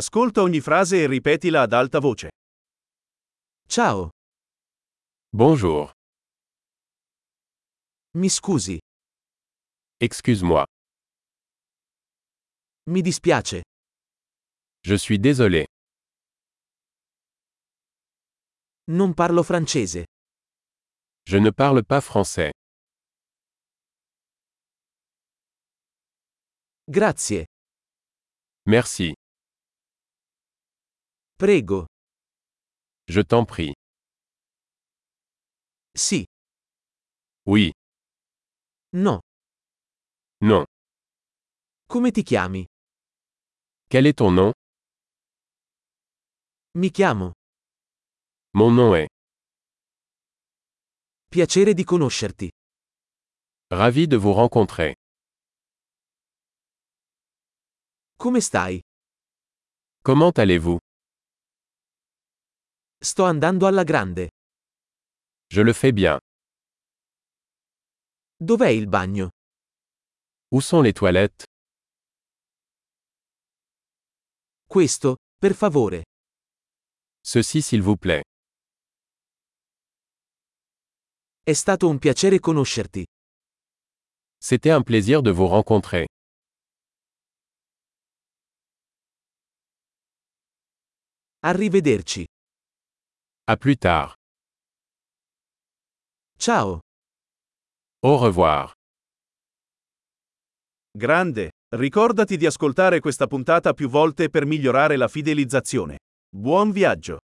Ascolta ogni frase e ripetila ad alta voce. Ciao, Bonjour. mi scusi, Excuse-moi. mi dispiace, Je suis désolé. non parlo francese. Je ne parle pas français. Grazie, Merci. prego, Je t'en prie. sì, Oui. no, Non. come ti chiami? Quel est ton nom Mi chiamo, Mon nom est. piacere di conoscerti. Ravi de vous rencontrer. Come stai? Comment allez-vous Sto andando alla grande. Je le fais bien. Dov'è il bagno? Où sont les toilettes Questo, per favore. Ceci s'il vous plaît. È stato un piacere conoscerti. C'était un plaisir de vous rencontrer. Arrivederci. À plus tard. Ciao. Au revoir. Grande, ricordati di ascoltare questa puntata più volte per migliorare la fidelizzazione. Buon viaggio!